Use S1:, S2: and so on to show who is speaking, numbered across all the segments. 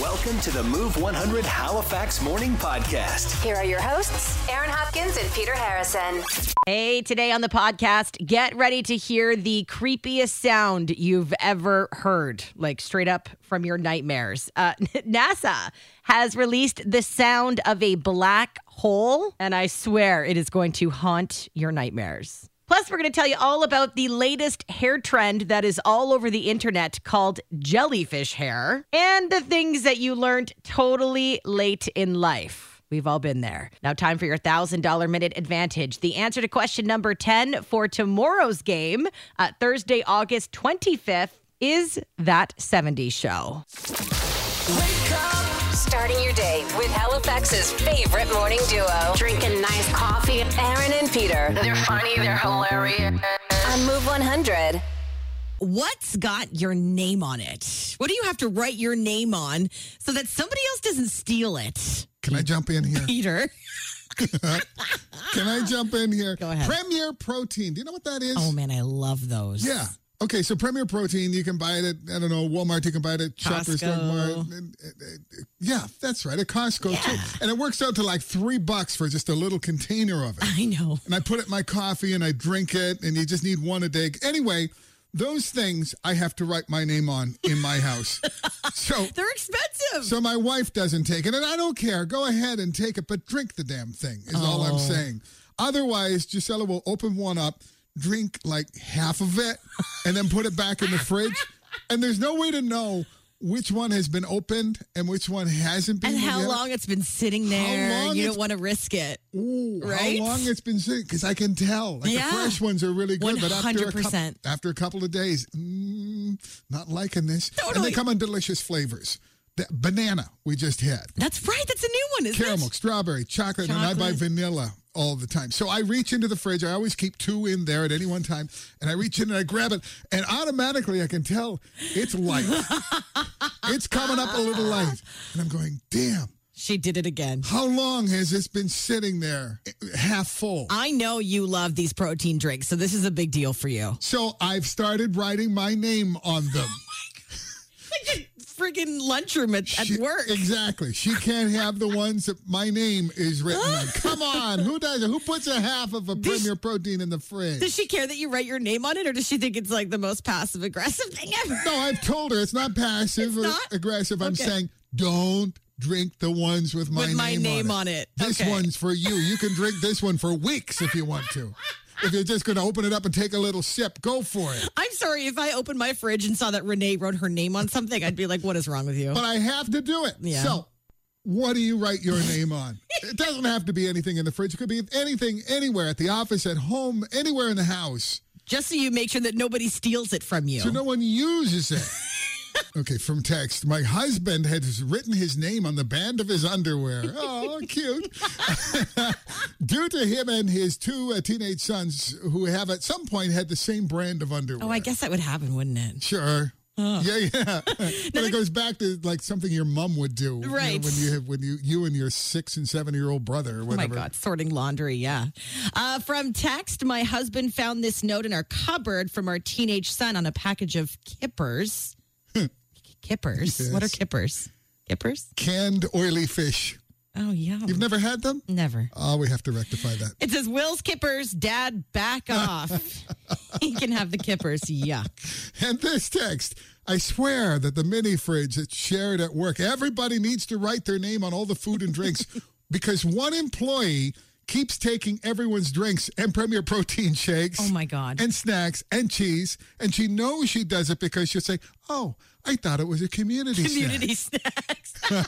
S1: Welcome to the Move 100 Halifax Morning Podcast.
S2: Here are your hosts, Aaron Hopkins and Peter Harrison.
S3: Hey, today on the podcast, get ready to hear the creepiest sound you've ever heard, like straight up from your nightmares. Uh, NASA has released the sound of a black hole, and I swear it is going to haunt your nightmares. Plus, we're going to tell you all about the latest hair trend that is all over the internet called jellyfish hair and the things that you learned totally late in life. We've all been there. Now, time for your $1,000 minute advantage. The answer to question number 10 for tomorrow's game, uh, Thursday, August 25th, is that 70s show.
S2: Starting your day with Halifax's favorite morning duo. Drinking nice coffee. Aaron and Peter. They're funny, they're hilarious. On Move 100.
S4: what's got your name on it? What do you have to write your name on so that somebody else doesn't steal it?
S5: Can I jump in here?
S4: Peter.
S5: Can I jump in here? Go
S4: ahead.
S5: Premier Protein. Do you know what that is?
S4: Oh man, I love those.
S5: yeah. Okay, so Premier Protein, you can buy it at, I don't know, Walmart, you can buy it at Shoppers Drug Mart.
S4: Costco.
S5: and- and- and- Yeah, that's right, at Costco too. And it works out to like three bucks for just a little container of it.
S4: I know.
S5: and I put it in my coffee and I drink it, and you just need one a day. Anyway, those things I have to write my name on in my house. so
S4: They're expensive.
S5: So my wife doesn't take it, and I don't care. Go ahead and take it, but drink the damn thing, is all I'm saying. Otherwise, Gisela will open one up, drink like half of it, and then put it back in the fridge. And there's no way to know which one has been opened and which one hasn't been.
S4: and how
S5: yet.
S4: long it's been sitting there.
S5: long
S4: you don't
S5: it's-
S4: want to risk it.
S5: Ooh,
S4: Right?
S5: How long it's been sitting? Because I can tell. Like
S4: Yeah.
S5: the fresh ones are really good, but after a, couple,
S4: 100%.
S5: after a couple of days, mm, not liking this. And
S4: Totally.
S5: they come in delicious flavors. The banana we just had.
S4: That's right. That's a new one, isn't
S5: caramel,
S4: it?
S5: strawberry, chocolate, and I buy
S4: Chocolate.
S5: vanilla all the time. So I reach into the fridge. I always keep two in there at any one time, and I reach in and I grab it, and automatically I can tell it's light. it's coming up a little light, and I'm going, damn.
S4: She did it again.
S5: How long has this been sitting there, eh, half full?
S4: I know you love these protein drinks, so this is a big deal for you.
S5: So I've started writing my name on them.
S4: It's like a friggin' lunchroom at, at
S5: She-
S4: work.
S5: Exactly. She can't have the ones that my name is written on. Come on. Who does it? Who puts a half of a
S4: Does-
S5: Premier Protein in the fridge?
S4: Does she care that you write your name on it, or does she think it's like the most passive aggressive thing ever?
S5: No, I've told her it's not passive
S4: It's
S5: or
S4: not?
S5: aggressive. I'm
S4: Okay.
S5: saying don't drink the ones with my
S4: With
S5: name
S4: my name
S5: on
S4: on
S5: it.
S4: it.
S5: This
S4: Okay.
S5: one's for you. You can drink this one for weeks if you want to. If you're just going to open it up and take a little sip, go for it.
S4: I'm sorry if I opened my fridge and saw that Renee wrote her name on something, I'd be like, "What is wrong with you?"
S5: But I have to do it.
S4: Yeah.
S5: So, what do you write your name on? It doesn't have to be anything in the fridge. It could be anything, anywhere, at the office, at home, anywhere in the house.
S4: Just so you make sure that nobody steals it from you.
S5: So no one uses it. okay, from text. My husband has written his name on the band of his underwear. Oh, cute. Due to him and his two uh, teenage sons who have at some point had the same brand of underwear.
S4: oh, I guess that would happen, wouldn't it?
S5: Sure. Yeah, yeah. but it goes back to like something your mom would do, you know,
S4: Right.
S5: when you have when you you and your six and seven year old brother or
S4: Oh my
S5: whatever.
S4: God, sorting laundry, yeah. Uh, from text, my husband found this note in our cupboard from our teenage son on a package of kippers. kippers? What are
S5: Hmm. Yes.
S4: kippers? Kippers?
S5: Canned oily fish.
S4: Oh, yeah.
S5: You've never had them?
S4: Never.
S5: Oh, we have to rectify that.
S4: It says, Will's kippers, dad, back off. he can have the kippers. Yuck.
S5: And this text, I swear that the mini fridge that's shared at work, everybody needs to write their name on all the food and drinks because one employee keeps taking everyone's drinks and Premier Protein shakes.
S4: Oh my God.
S5: And snacks and cheese. And she knows she does it because she'll say, Oh, I thought it was a community,
S4: community snacks. I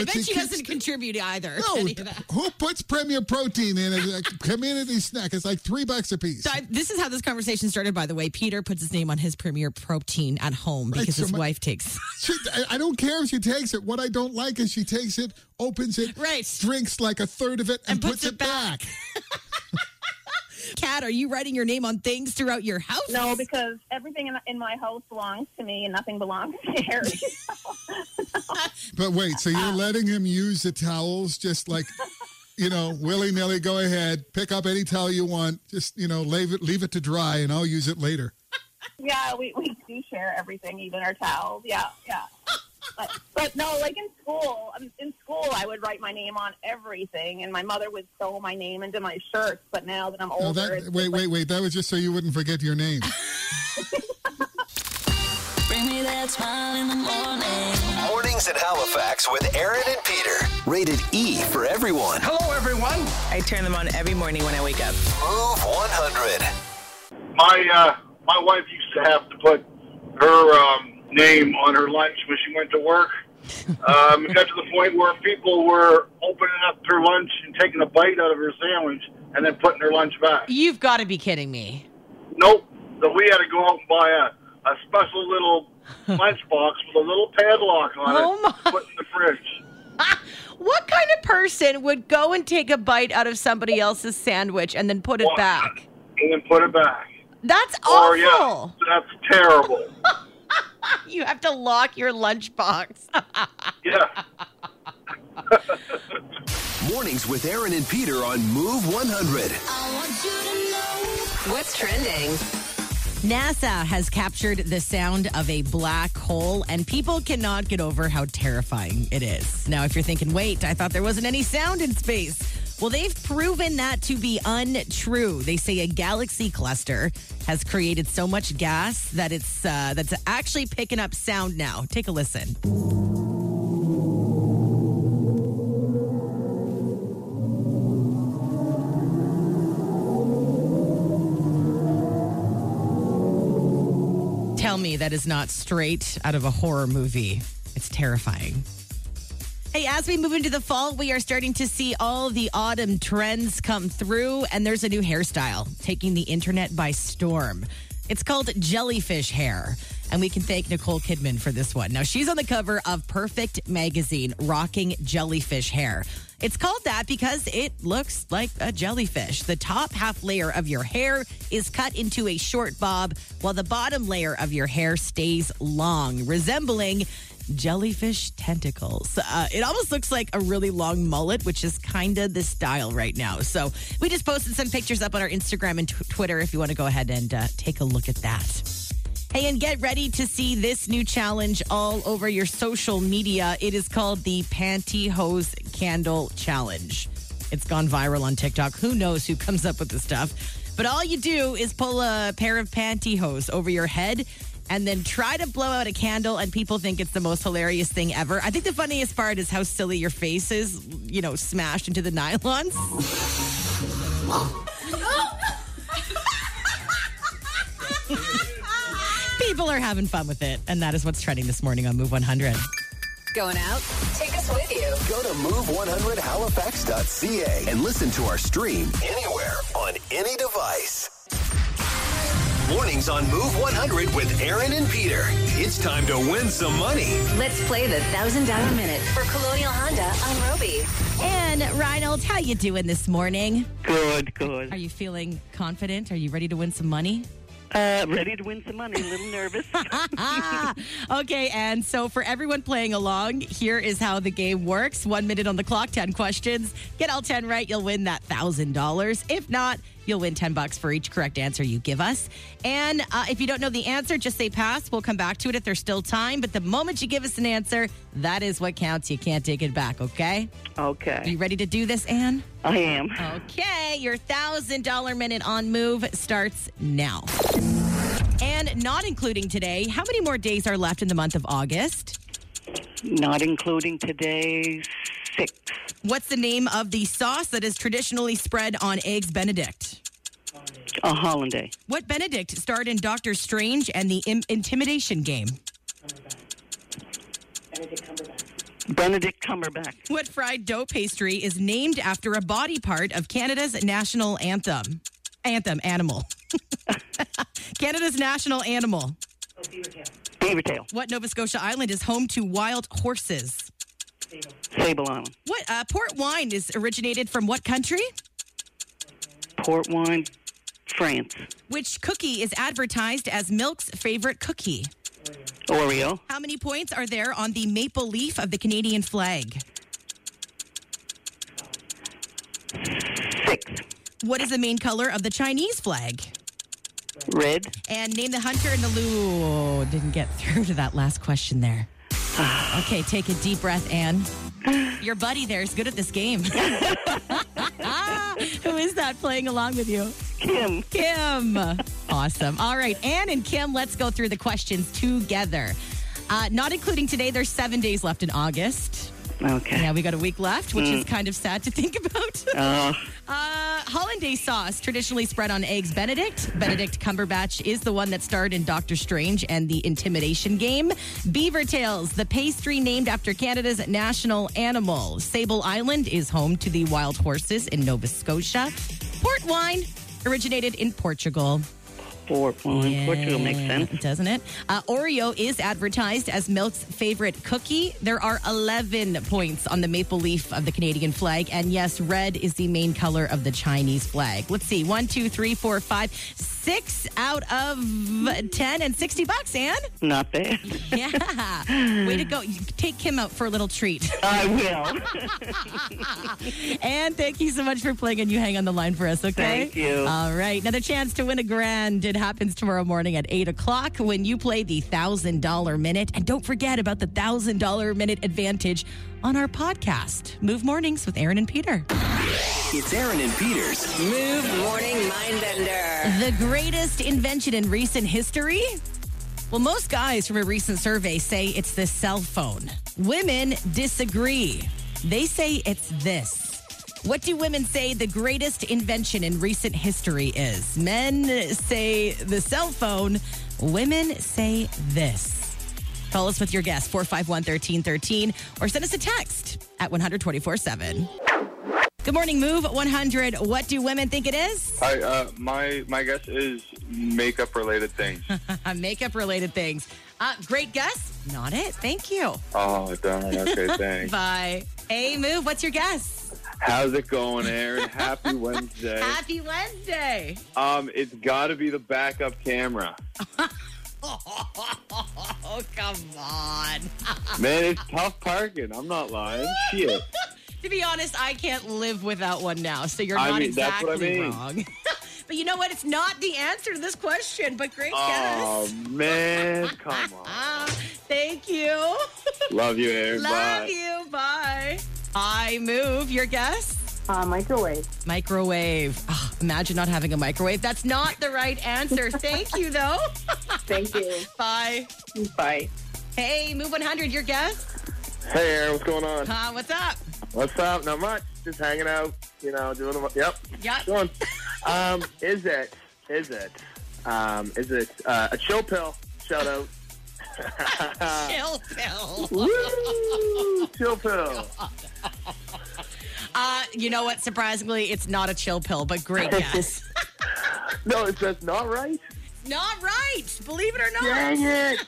S5: But
S4: bet
S5: she
S4: she
S5: keeps-
S4: doesn't contribute either.
S5: snack.
S4: Any of
S5: No,
S4: that.
S5: who puts Premier Protein in as a community snack? It's like three bucks a piece.
S4: So I, this is how this conversation started, by the way. Peter puts his name on his premier protein at home because
S5: so
S4: his
S5: my-
S4: wife takes.
S5: She, I- I don't care if she takes it. What I don't like is she takes it, opens it,
S4: Right.
S5: drinks like a third of it, and, puts, it back.
S4: Kat, are you writing your name on things throughout your house?
S6: No, because everything in, in my house belongs to me and nothing belongs to Harry.
S5: But wait, so you're letting him use the towels just like, you know, willy nilly, go ahead, pick up any towel you want, just, you know, leave it, leave it to dry, and I'll use it later.
S6: yeah, we, we do share everything, even our towels. Yeah, yeah. But, but no, like in school, um, in school, I would write my name on everything, and my mother would sew my name into my shirts. But now that I'm older,
S5: No,
S6: it's
S5: that,
S6: just
S5: wait,
S6: like-
S5: wait, wait. That was just so you wouldn't forget your name.
S7: Bring me that smile in the morning.
S1: Mornings at Halifax with Aaron and Peter. Rated E for everyone.
S8: Hello, everyone. I turn them on every morning when I wake up.
S1: Move 100.
S9: my uh, my wife used to have to put her um, name on her lunch when she went to work. Um, it got to the point where people were opening up her lunch and taking a bite out of her sandwich and then putting her lunch back.
S3: You've got to be kidding me.
S9: Nope. So we had to go out and buy a, a special little lunch box with a little padlock on
S3: Oh
S9: it
S3: my.
S9: to put in the fridge.
S3: What kind of person would go and take a bite out of somebody else's sandwich and then put it
S9: Well,
S3: back?
S9: And then put it back.
S3: That's
S9: Oh
S3: awful.
S9: yeah, that's terrible.
S3: You have to lock your lunchbox.
S9: yeah.
S1: Mornings with Aaron and Peter on Move 100.
S7: I want you to know.
S2: What's trending?
S4: NASA has captured the sound of a black hole, and people cannot get over how terrifying it is. Now, if you're thinking, wait, I thought there wasn't any sound in space. Well, they've proven that to be untrue. They say a galaxy cluster has created so much gas that it's uh, that's actually picking up sound now. Take a listen. Tell me that is not straight out of a horror movie. It's terrifying. Hey, as we move into the fall, we are starting to see all the autumn trends come through, and there's a new hairstyle taking the internet by storm. It's called jellyfish hair, and we can thank Nicole Kidman for this one. Now, she's on the cover of Perfect Magazine, rocking jellyfish hair. It's called that because it looks like a jellyfish. The top half layer of your hair is cut into a short bob, while the bottom layer of your hair stays long, resembling jellyfish tentacles. Uh, it almost looks like a really long mullet, which is kind of the style right now. So we just posted some pictures up on our Instagram and tw- Twitter if you want to go ahead and uh, take a look at that. Hey, and get ready to see this new challenge all over your social media. It is called the Pantyhose Candle Challenge. It's gone viral on TikTok. Who knows who comes up with this stuff? But all you do is pull a pair of pantyhose over your head and then try to blow out a candle, and people think it's the most hilarious thing ever. I think the funniest part is how silly your face is, you know, smashed into the nylons. People are having fun with it, and that is what's trending this morning on Move 100.
S2: Going out? Take us with you.
S1: Go to move100halifax.ca and listen to our stream anywhere on any device. Mornings on Move 100 with Aaron and Peter. It's time to win some money.
S2: Let's play the thousand dollar minute for Colonial Honda on Roby.
S4: And Reinhold, how you doing this morning?
S10: Good,
S4: Are
S10: good.
S4: you feeling confident? Are you ready to win some money?
S10: Uh, ready to win some money. A little nervous.
S4: Ah, okay, and so for everyone playing along, here is how the game works. One minute on the clock, 10 questions. Get all 10 right, you'll win that $1,000. If not, you'll win 10 bucks for each correct answer you give us. And uh, if you don't know the answer, just say pass. We'll come back to it if there's still time. But the moment you give us an answer, that is what counts. You can't take it back, okay? Are
S10: Okay,
S4: you ready to do this, Anne?
S10: I am.
S4: Okay, your $1,000 minute on move starts now. And not including today, how many more days are left in the month of August?
S10: Not including today, six.
S4: What's the name of the sauce that is traditionally spread on eggs Benedict?
S10: A holiday.
S4: What Benedict starred in Doctor Strange and the Im- Intimidation Game?
S10: Benedict Cumberbatch.
S4: What fried dough pastry is named after a body part of Canada's national anthem? Anthem, animal. Canada's national animal.
S10: Beaver Tail.
S4: What Nova Scotia island is home to wild horses?
S10: Sable Island.
S4: What uh, port wine is originated from what country?
S10: Port Wine. France.
S4: Which cookie is advertised as milk's favorite cookie?
S10: Oreo.
S4: How many points are there on the maple leaf of the Canadian flag?
S10: Six.
S4: What is the main color of the Chinese flag?
S10: Red.
S4: And name the hunter and the loo. Didn't get through to that last question there. Okay, take a deep breath, Anne. Your buddy there is good at this game. Who is that playing along with you?
S10: Kim.
S4: Kim. Awesome. All right, Anne and Kim, let's go through the questions together. Uh, not including today, there's seven days left in August.
S10: Okay.
S4: Yeah, we got a week left, which is kind of sad to think about.
S10: Oh,
S4: Uh, hollandaise sauce, traditionally spread on eggs Benedict. Benedict Cumberbatch is the one that starred in Doctor Strange and the Intimidation Game. Beaver Tails, the pastry named after Canada's national animal. Sable Island is home to the wild horses in Nova Scotia. Port wine originated in Portugal.
S10: port wine. Portugal makes
S4: Yeah,
S10: sense.
S4: Doesn't it? Uh, Oreo is advertised as Milt's favorite cookie. There are 11 points on the maple leaf of the Canadian flag. And yes, red is the main color of the Chinese flag. Let's see. One, two, three, four, five, six out of 10 and 60 bucks, Anne.
S10: Not bad.
S4: Yeah. Way to go. You Take Kim out for a little treat.
S10: I will.
S4: And thank you so much for playing, and you hang on the line for us, okay?
S10: Thank you.
S4: All right, another chance to win a grand. It happens tomorrow morning at 8 o'clock when you play the $1,000 minute. And don't forget about the $1,000 minute advantage on our podcast, Move Mornings with Aaron and Peter.
S1: It's Aaron and Peter's
S2: Move Morning Mindbender.
S4: The greatest invention in recent history? Well, most guys from a recent survey say it's the cell phone. Women disagree. They say it's this. What do women say the greatest invention in recent history is? Men say the cell phone. Women say this. Call us with your guess, 451 1313, or send us a text at 124 7. Good morning, Move 100. What do women think it is?
S11: I, uh, my my guess is makeup related things.
S4: makeup related uh, things. Uh, great guess. Not it. Thank you.
S11: oh darn. Okay, thanks.
S4: Bye. Hey, move. What's your guess?
S11: How's it going, Aaron? Happy Wednesday.
S4: Happy Wednesday.
S11: Um, it's got to be the backup camera.
S4: Oh, come on.
S11: Man, it's tough parking. I'm not lying. Shit.
S4: to be honest, I can't live without one now. So you're
S11: I
S4: not
S11: mean, that's
S4: exactly
S11: what I mean.
S4: wrong. but you know what? It's not the answer to this question, but great
S11: Oh
S4: guess.
S11: man, come on.
S4: Ah, thank you.
S11: Love you, Aaron.
S4: Love
S11: Bye.
S4: you. Bye. I move. Your guess?
S6: Uh, microwave.
S4: Microwave. Ah, imagine not having a microwave. That's not the right answer. Thank you, though.
S6: Thank you.
S4: Bye.
S6: Bye.
S4: Hey, Move 100, your guess?
S11: Hey, Aaron. What's going on?
S4: Uh, what's up?
S11: What's up? Not much. Just hanging out. You know, doing. the- Yep.
S4: Yep.
S11: Going.
S12: Um, is it? Is it? Um, is it uh, a chill pill? Shout out.
S4: Chill pill.
S12: Woo! Chill pill.
S4: Uh, you know what? Surprisingly, it's not a chill pill, but great guess.
S12: No, it's that's not right.
S4: not right. Believe it or not.
S12: Dang it.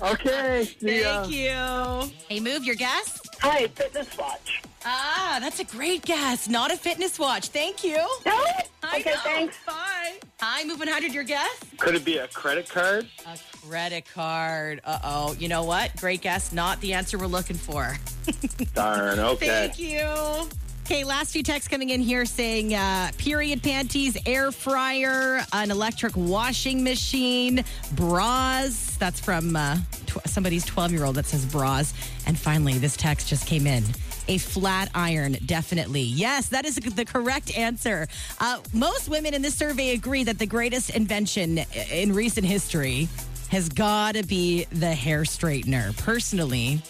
S12: Okay. see ya.
S4: Thank you. Hey, Move, your guess?
S10: Hi, fitness watch.
S4: Ah, that's a great guess. Not a fitness watch. Thank you. I
S6: Okay,
S4: know.
S6: thanks.
S4: Bye. Hi, Move 100, your guess?
S12: Could it be a credit card?
S4: A credit card. Uh oh. You know what? Great guess. Not the answer we're looking for.
S11: Darn. Okay.
S4: Thank you. Okay, last few texts coming in here saying uh, period panties, air fryer, an electric washing machine, bras. That's from uh, tw- somebody's 12 year old that says bras. And finally, this text just came in. A flat iron, definitely. Yes, that is the correct answer. Uh, most women in this survey agree that the greatest invention i- in recent history has got to be the hair straightener. Personally,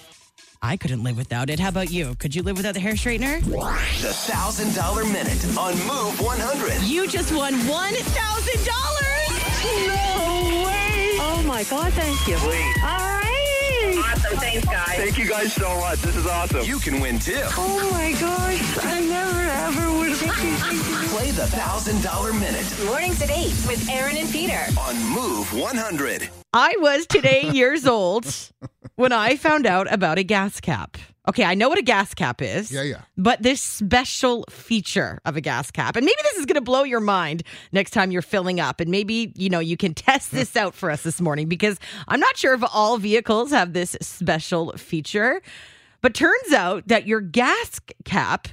S4: I couldn't live without it. How about you? Could you live without the hair straightener?
S1: The Thousand Dollar Minute on Move 100.
S4: You just won one thousand dollars. No way!
S10: Oh my God! Thank you.
S1: Wait.
S10: All right.
S6: Awesome. Thanks, guys.
S11: Thank you guys so much. This is awesome.
S1: You can win too.
S10: Oh my gosh! I never ever would have.
S1: Play the Thousand Dollar Minute
S2: Mornings at 8 with Aaron and Peter.
S1: on Move 100.
S3: I was today years old when I found out about a gas cap. Okay, I know what a gas cap is.
S5: Yeah, yeah.
S3: But this special feature of a gas cap, and maybe this is going to blow your mind next time you're filling up, and maybe you know you can test this out for us this morning because I'm not sure if all vehicles have this special feature. But turns out that your gas c- cap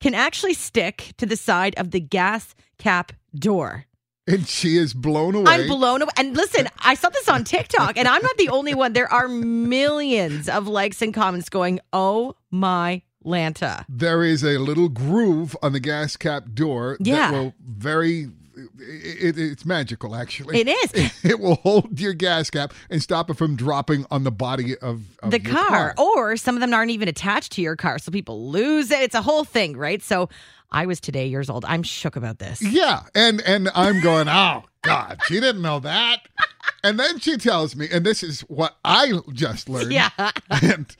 S3: can actually stick to the side of the gas cap door.
S5: And she is blown away.
S4: I'm blown away. And listen, I saw this on TikTok, and I'm not the only one. There are millions of likes and comments going, oh my Lanta.
S5: There is a little groove on the gas cap door
S4: Yeah.
S5: that will very. It, it- it's magical, actually.
S4: It is.
S5: It, will hold your gas cap and stop it from dropping on the body of, of
S4: the
S5: your
S4: car. Or some of them aren't even attached to your car, so people lose it. It's a whole thing, right? So I was today years old. I'm shook about this.
S5: Yeah, and and I'm going, oh God, she didn't know that. And then she tells me, and this is what I just learned.
S4: Yeah.
S5: And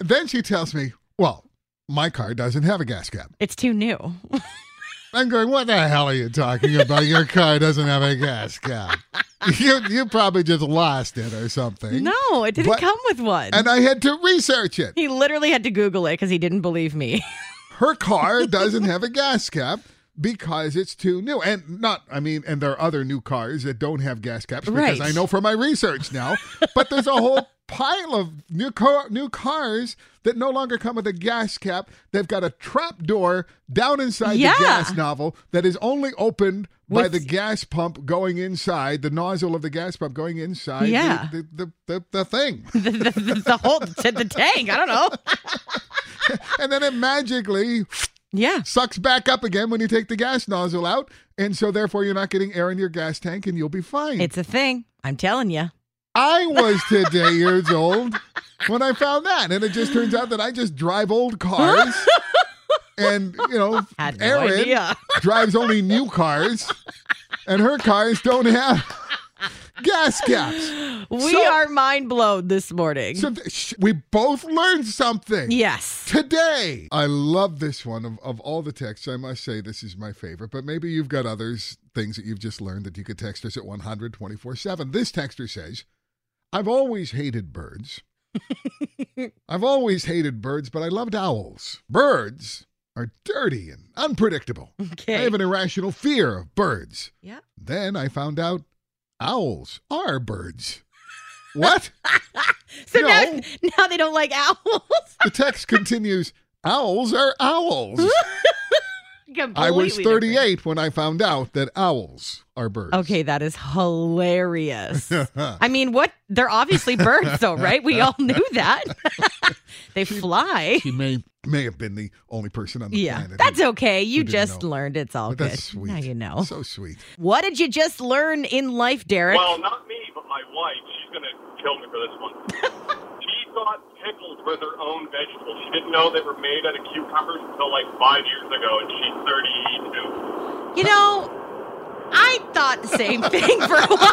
S5: then she tells me, well, my car doesn't have a gas cap.
S4: It's too new.
S5: I'm going, what the hell are you talking about? Your car doesn't have a gas cap. You you probably just lost it or something.
S4: No, it didn't
S5: But-
S4: come with one.
S5: And I had to research it.
S4: he literally had to Google it because he didn't believe me.
S5: her car doesn't have a gas cap because it's too new and not i mean and there are other new cars that don't have gas caps because
S4: Right.
S5: i know from my research now but there's a whole pile of new car new cars that no longer come with a gas cap they've got a trap door down inside
S4: Yeah.
S5: the gas novel that is only opened by
S4: With-
S5: the gas pump going inside the nozzle of the gas pump going inside the-
S4: Yeah.
S5: the, the, the, the thing
S4: the, the, the, the whole the, the tank. I don't know.
S5: and then it magically
S4: yeah
S5: sucks back up again when you take the gas nozzle out and so therefore you're not getting air in your gas tank and you'll be fine
S4: It's a thing. I'm telling you.
S5: i was today years old when i found that and it just turns out that i just drive old cars and you know
S4: Had no
S5: erin
S4: idea.
S5: drives only new cars and her cars don't have gas caps
S4: We
S5: So-
S4: are mind blown this morning.
S5: so th- sh- we both learned something
S4: yes.
S5: today. I love this one of, of all the texts. I must say this is my favorite, but maybe you've got others things that you've just learned that you could text us at 100 7 This texter says, I've always hated birds. I've always hated birds, but I loved owls. Birds are dirty and unpredictable.
S4: Okay.
S5: I have an irrational fear of birds.
S4: Yeah.
S5: Then I found out owls are birds. What?
S4: So
S5: No.
S4: now, now they don't like owls.
S5: the text continues, owls are owls.
S4: Completely
S5: I was
S4: different.
S5: 38 when I found out that owls are birds.
S4: Okay, that is hilarious. I mean, what? They're obviously birds, though, right? We all knew that. they fly.
S5: She may may have been the only person on the
S4: Yeah,
S5: planet.
S4: that's
S5: who-
S4: okay. You
S5: didn't
S4: just
S5: know.
S4: learned it's all
S5: But
S4: good.
S5: that's sweet.
S4: Now you know.
S5: So sweet.
S4: What did you just learn in life, Derek?
S13: Well, not me, but my wife. She's going to kill me for this one. she thought pickles were their own vegetables. She didn't know they were made out of cucumbers until like five years ago, and she's 32.
S4: you know, I thought the same thing for a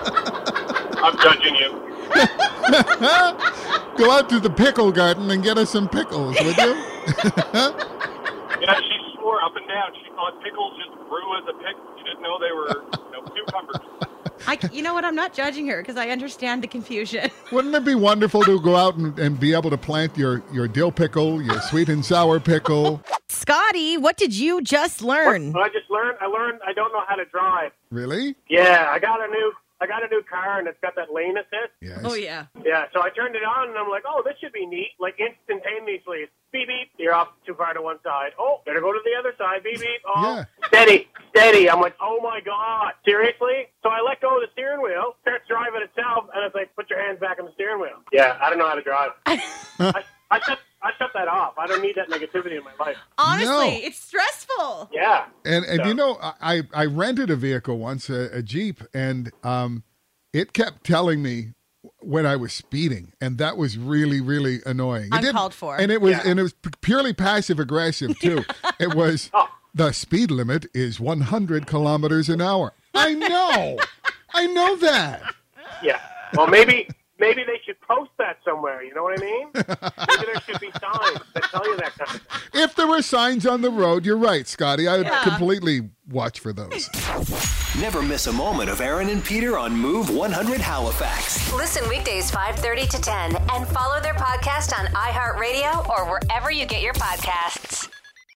S4: while.
S13: I'm judging you.
S5: Go out to the pickle garden and get us some pickles, would you?
S13: Yeah, she swore up and down. She thought pickles just grew as a pickle. She didn't know they were you know, cucumbers.
S4: I, you know what? I'm not judging her because I understand the confusion.
S5: Wouldn't it be wonderful to go out and, and be able to plant your, your dill pickle, your sweet and sour pickle?
S4: Scotty, what did you just learn?
S14: I just learned. I learned I don't know how to drive.
S5: Really?
S14: Yeah, I got a new. I got a new car and it's got that lane assist.
S5: Yes.
S4: Oh, yeah.
S14: Yeah, so I turned it on and I'm like, oh, this should be neat. Like instantaneously, beep beep, you're off too far to one side. Oh, better go to the other side. Beep beep. Oh, steady, steady. I'm like, oh my god, seriously? So I let go of the steering wheel, starts driving itself, and it's like, put your hands back on the steering wheel. Yeah, I don't know how to drive. I, I shut I shut that off. I don't need that negativity in my life.
S5: Honestly, No.
S4: it's stressful.
S14: Yeah.
S5: And and
S14: So-
S5: you know, I I rented a vehicle once, a, a Jeep, and um, it kept telling me when I was speeding, and that was really really annoying. It didn't-
S4: Uncalled for.
S5: And it was
S4: Yeah.
S5: and it was p- purely passive aggressive too. it was the speed limit is 100 kilometers an hour. I know, I know that.
S14: Yeah. Well, maybe maybe they should post that somewhere. You know what I mean? Maybe there should be signs that tell you that kind of thing.
S5: If there were signs on the road, you're right, Scotty. I would
S14: Yeah.
S5: completely watch for those.
S1: Never miss a moment of Aaron and Peter on Move 100 Halifax.
S2: Listen weekdays 5:30 to 10 and follow their podcast on iHeartRadio or wherever you get your podcasts.